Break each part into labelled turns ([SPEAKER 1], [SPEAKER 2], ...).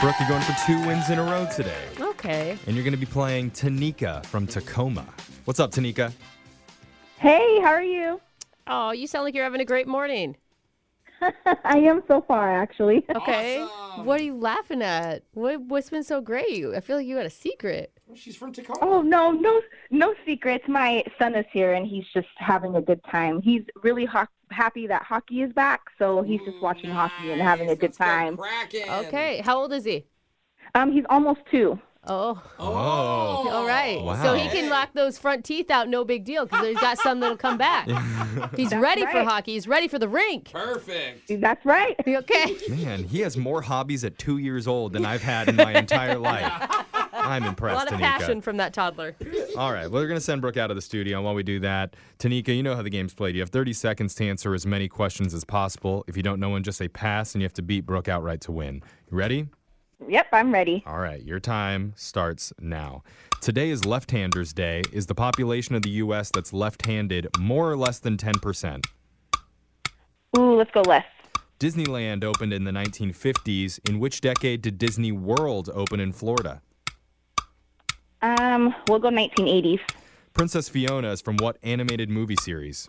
[SPEAKER 1] Brooke, you're going for two wins in a row today.
[SPEAKER 2] Okay.
[SPEAKER 1] And you're going to be playing Tanika from Tacoma. What's up, Tanika?
[SPEAKER 3] Hey, how are you?
[SPEAKER 2] Oh, you sound like you're having a great morning.
[SPEAKER 3] I am so far, actually.
[SPEAKER 2] Okay. What are you laughing at? What, what's been so great? I feel like you had a secret.
[SPEAKER 4] She's from Tacoma.
[SPEAKER 3] Oh no, no, no secrets. My son is here, and he's just having a good time. He's really ho- happy that hockey is back, so he's just watching hockey and having a good time.
[SPEAKER 2] Okay. How old is he?
[SPEAKER 3] Um, he's almost two.
[SPEAKER 2] Oh,
[SPEAKER 1] Oh.
[SPEAKER 2] all right.
[SPEAKER 1] Wow.
[SPEAKER 2] So he can lock those front teeth out, no big deal, because he's got some that'll come back. He's ready for
[SPEAKER 3] right.
[SPEAKER 2] hockey. He's ready for the rink.
[SPEAKER 4] Perfect.
[SPEAKER 3] That's right.
[SPEAKER 2] You Okay.
[SPEAKER 1] Man, he has more hobbies at two years old than I've had in my entire life. I'm
[SPEAKER 2] A
[SPEAKER 1] impressed,
[SPEAKER 2] lot of
[SPEAKER 1] Tanika.
[SPEAKER 2] passion from that toddler.
[SPEAKER 1] All right, well, we're going to send Brooke out of the studio. And while we do that, Tanika, you know how the game's played. You have 30 seconds to answer as many questions as possible. If you don't know one, just say pass, and you have to beat Brooke outright to win. You ready?
[SPEAKER 3] Yep, I'm ready.
[SPEAKER 1] All right, your time starts now. Today is Left Handers Day. Is the population of the U.S. that's left handed more or less than 10%?
[SPEAKER 3] Ooh, let's go left.
[SPEAKER 1] Disneyland opened in the 1950s. In which decade did Disney World open in Florida?
[SPEAKER 3] Um, we'll go 1980s.
[SPEAKER 1] Princess Fiona is from what animated movie series?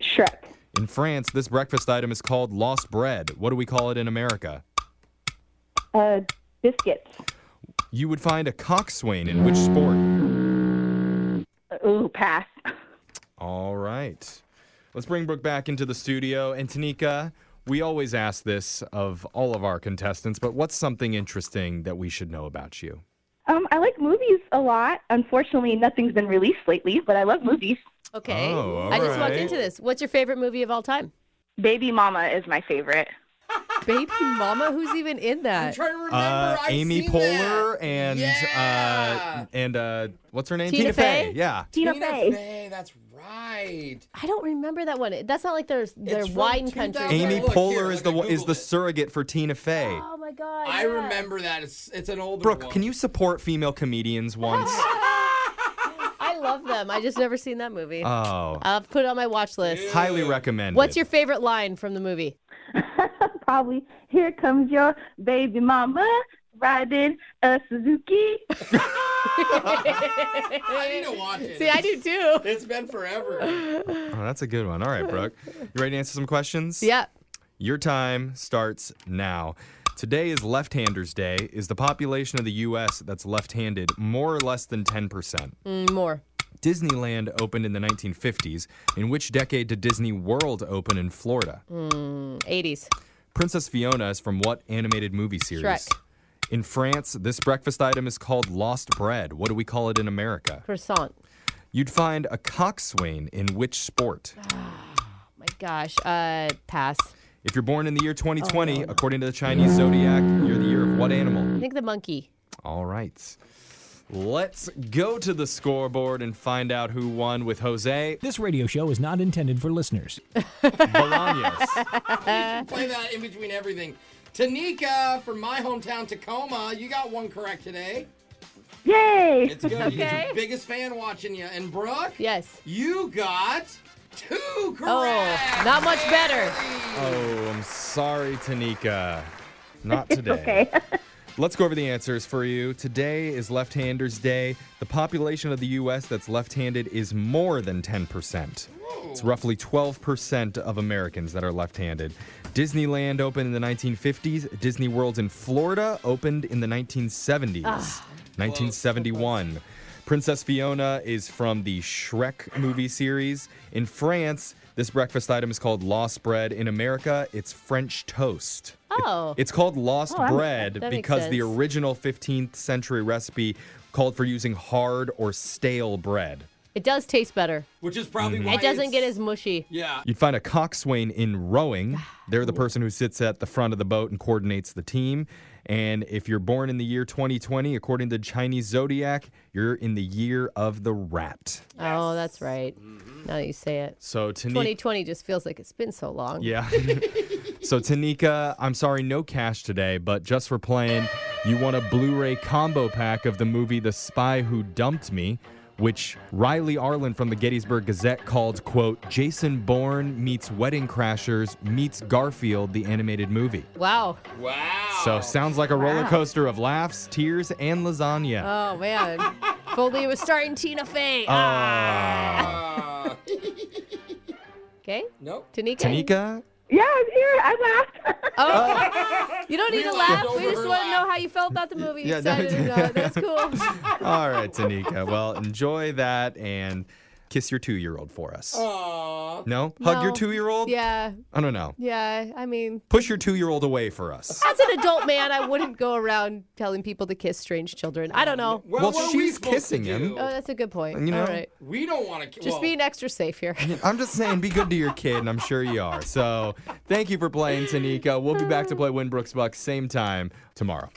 [SPEAKER 3] Shrek.
[SPEAKER 1] In France, this breakfast item is called lost bread. What do we call it in America?
[SPEAKER 3] Uh, biscuits.
[SPEAKER 1] You would find a coxswain in which sport?
[SPEAKER 3] Ooh, pass.
[SPEAKER 1] All right. Let's bring Brooke back into the studio. And Tanika, we always ask this of all of our contestants, but what's something interesting that we should know about you?
[SPEAKER 3] Um, I like movies a lot. Unfortunately, nothing's been released lately, but I love movies.
[SPEAKER 2] Okay.
[SPEAKER 1] Oh, all
[SPEAKER 2] I just walked
[SPEAKER 1] right.
[SPEAKER 2] into this. What's your favorite movie of all time?
[SPEAKER 3] Baby Mama is my favorite.
[SPEAKER 2] Baby Mama? Who's even in
[SPEAKER 4] I'm
[SPEAKER 2] that?
[SPEAKER 4] trying to remember.
[SPEAKER 1] Uh,
[SPEAKER 4] I've
[SPEAKER 1] Amy
[SPEAKER 4] seen
[SPEAKER 1] Poehler
[SPEAKER 4] that.
[SPEAKER 1] and
[SPEAKER 4] Yeah.
[SPEAKER 1] uh, and uh, what's her name?
[SPEAKER 2] Tina Fey?
[SPEAKER 1] Yeah.
[SPEAKER 3] Tina,
[SPEAKER 4] Tina
[SPEAKER 3] Fey.
[SPEAKER 4] Fey. That's right.
[SPEAKER 2] I don't remember that one. That's not like their their
[SPEAKER 4] from
[SPEAKER 2] wine country.
[SPEAKER 4] 2000.
[SPEAKER 1] Amy
[SPEAKER 4] Look
[SPEAKER 1] Poehler
[SPEAKER 4] here,
[SPEAKER 1] is
[SPEAKER 4] look,
[SPEAKER 1] the
[SPEAKER 4] I
[SPEAKER 1] one- is
[SPEAKER 4] Googled
[SPEAKER 1] the
[SPEAKER 4] it.
[SPEAKER 1] surrogate for Tina Fey.
[SPEAKER 2] Oh my god.
[SPEAKER 4] I
[SPEAKER 2] yeah.
[SPEAKER 4] remember that. It's it's an older
[SPEAKER 1] Brooke,
[SPEAKER 4] one.
[SPEAKER 1] can you support female comedians once?
[SPEAKER 2] I love them. I just never seen that movie.
[SPEAKER 1] oh,
[SPEAKER 2] I've put it on my watch list.
[SPEAKER 1] highly recommended.
[SPEAKER 2] What's your favorite line from the movie?
[SPEAKER 3] Probably. Here comes your baby mama riding a Suzuki.
[SPEAKER 4] I need to watch it.
[SPEAKER 2] See, I do too.
[SPEAKER 4] It's been forever.
[SPEAKER 1] Oh, that's a good one. All right, Brooke. You ready to answer some questions?
[SPEAKER 2] Yeah.
[SPEAKER 1] Your time starts now. Today is Left Handers Day. Is the population of the U.S. that's left handed more or less than 10%?
[SPEAKER 2] Mm, more.
[SPEAKER 1] Disneyland opened in the 1950s. In which decade did Disney World open in Florida?
[SPEAKER 2] Mm, 80s.
[SPEAKER 1] Princess Fiona is from what animated movie series?
[SPEAKER 2] Shrek.
[SPEAKER 1] In France, this breakfast item is called lost bread. What do we call it in America?
[SPEAKER 2] Croissant.
[SPEAKER 1] You'd find a coxswain in which sport?
[SPEAKER 2] My gosh. Uh, pass.
[SPEAKER 1] If you're born in the year 2020, according to the Chinese zodiac, you're the year of what
[SPEAKER 2] I
[SPEAKER 1] animal?
[SPEAKER 2] think the monkey.
[SPEAKER 1] All right. Let's go to the scoreboard and find out who won with Jose
[SPEAKER 5] This radio show is not intended for listeners.
[SPEAKER 1] Bolaños.
[SPEAKER 4] Play that in between everything. Tanika from my hometown Tacoma, you got one correct today.
[SPEAKER 3] Yay!
[SPEAKER 4] It's good. You're
[SPEAKER 2] Okay.
[SPEAKER 4] your biggest fan watching you. And Brooke,
[SPEAKER 2] Yes.
[SPEAKER 4] you got two correct.
[SPEAKER 2] Oh, not much better.
[SPEAKER 1] oh, I'm sorry, Tanika. Not today.
[SPEAKER 3] Okay.
[SPEAKER 1] Let's go over the answers for you. Today is Left Handers Day. The population of the U.S. that's left handed is more than 10%. It's roughly 12% of Americans that are left handed. Disneyland opened in the 1950s. Disney World in Florida opened in the 1970s. 1971. Princess Fiona is from the Shrek movie series. In France, this breakfast item is called lost bread. In America, it's French toast. It-
[SPEAKER 2] Oh.
[SPEAKER 1] it's called lost
[SPEAKER 3] that makes
[SPEAKER 1] bread
[SPEAKER 2] That makes
[SPEAKER 1] because the
[SPEAKER 2] sense.
[SPEAKER 1] original 15th century recipe called for using hard or stale bread.
[SPEAKER 2] It does taste better.
[SPEAKER 4] Which is probably why
[SPEAKER 2] It doesn't
[SPEAKER 4] it's-
[SPEAKER 2] get as mushy.
[SPEAKER 4] Yeah.
[SPEAKER 1] You'd find a coxswain in rowing. They're the person who sits at the front of the boat and coordinates the team. And if you're born in the year 2020, according to Chinese zodiac, you're in the year of the rat.
[SPEAKER 2] Oh, that's right.
[SPEAKER 4] Mm-hmm.
[SPEAKER 2] Now that you say it.
[SPEAKER 1] So Tanika,
[SPEAKER 2] 2020 just feels like it's been so long.
[SPEAKER 1] yeah. so Tanika, I'm sorry, no cash today, but just for playing, you won a Blu-ray combo pack of the movie The Spy Who Dumped Me. which Riley Arlen from the Gettysburg Gazette called, quote, Jason Bourne meets Wedding Crashers meets Garfield, the animated movie.
[SPEAKER 2] Wow.
[SPEAKER 4] Wow.
[SPEAKER 2] Oh,
[SPEAKER 1] So sounds like a roller coaster of laughs, tears, and lasagna.
[SPEAKER 2] Oh man. if only it was starting Tina Fey.
[SPEAKER 1] Oh. Ah.
[SPEAKER 4] Uh,
[SPEAKER 2] Okay.
[SPEAKER 4] nope.
[SPEAKER 2] Tanika.
[SPEAKER 1] Tanika,
[SPEAKER 3] Yeah, I'm here. I laughed.
[SPEAKER 2] Oh. You don't
[SPEAKER 4] We
[SPEAKER 2] need to
[SPEAKER 4] laughed
[SPEAKER 2] laugh. We
[SPEAKER 4] over
[SPEAKER 2] just
[SPEAKER 4] her
[SPEAKER 2] want to know
[SPEAKER 4] laugh.
[SPEAKER 2] how you felt about the movie.
[SPEAKER 1] Yeah, no,
[SPEAKER 2] Excited or not. That's cool.
[SPEAKER 1] All right, Tanika. Well, enjoy that and kiss your two year old for us.
[SPEAKER 4] Aw.
[SPEAKER 1] No? Hug your
[SPEAKER 2] Oh. No.
[SPEAKER 1] two year old?
[SPEAKER 2] Yeah.
[SPEAKER 1] I don't know.
[SPEAKER 2] Yeah. I mean,
[SPEAKER 1] Push your two year old away for us.
[SPEAKER 2] as an adult man, I wouldn't go around telling people to kiss strange children. I don't know.
[SPEAKER 1] Well,
[SPEAKER 4] what are we
[SPEAKER 1] she's
[SPEAKER 4] supposed to
[SPEAKER 1] kissing him.
[SPEAKER 4] do?
[SPEAKER 2] Oh, that's a good point.
[SPEAKER 1] You know,
[SPEAKER 2] All right.
[SPEAKER 4] We don't want to.
[SPEAKER 2] Just being extra safe here.
[SPEAKER 1] I'm just saying, be good to your kid, and I'm sure you are. So thank you for playing, Tanika. We'll be back to play Winbrook's Bucks same time tomorrow.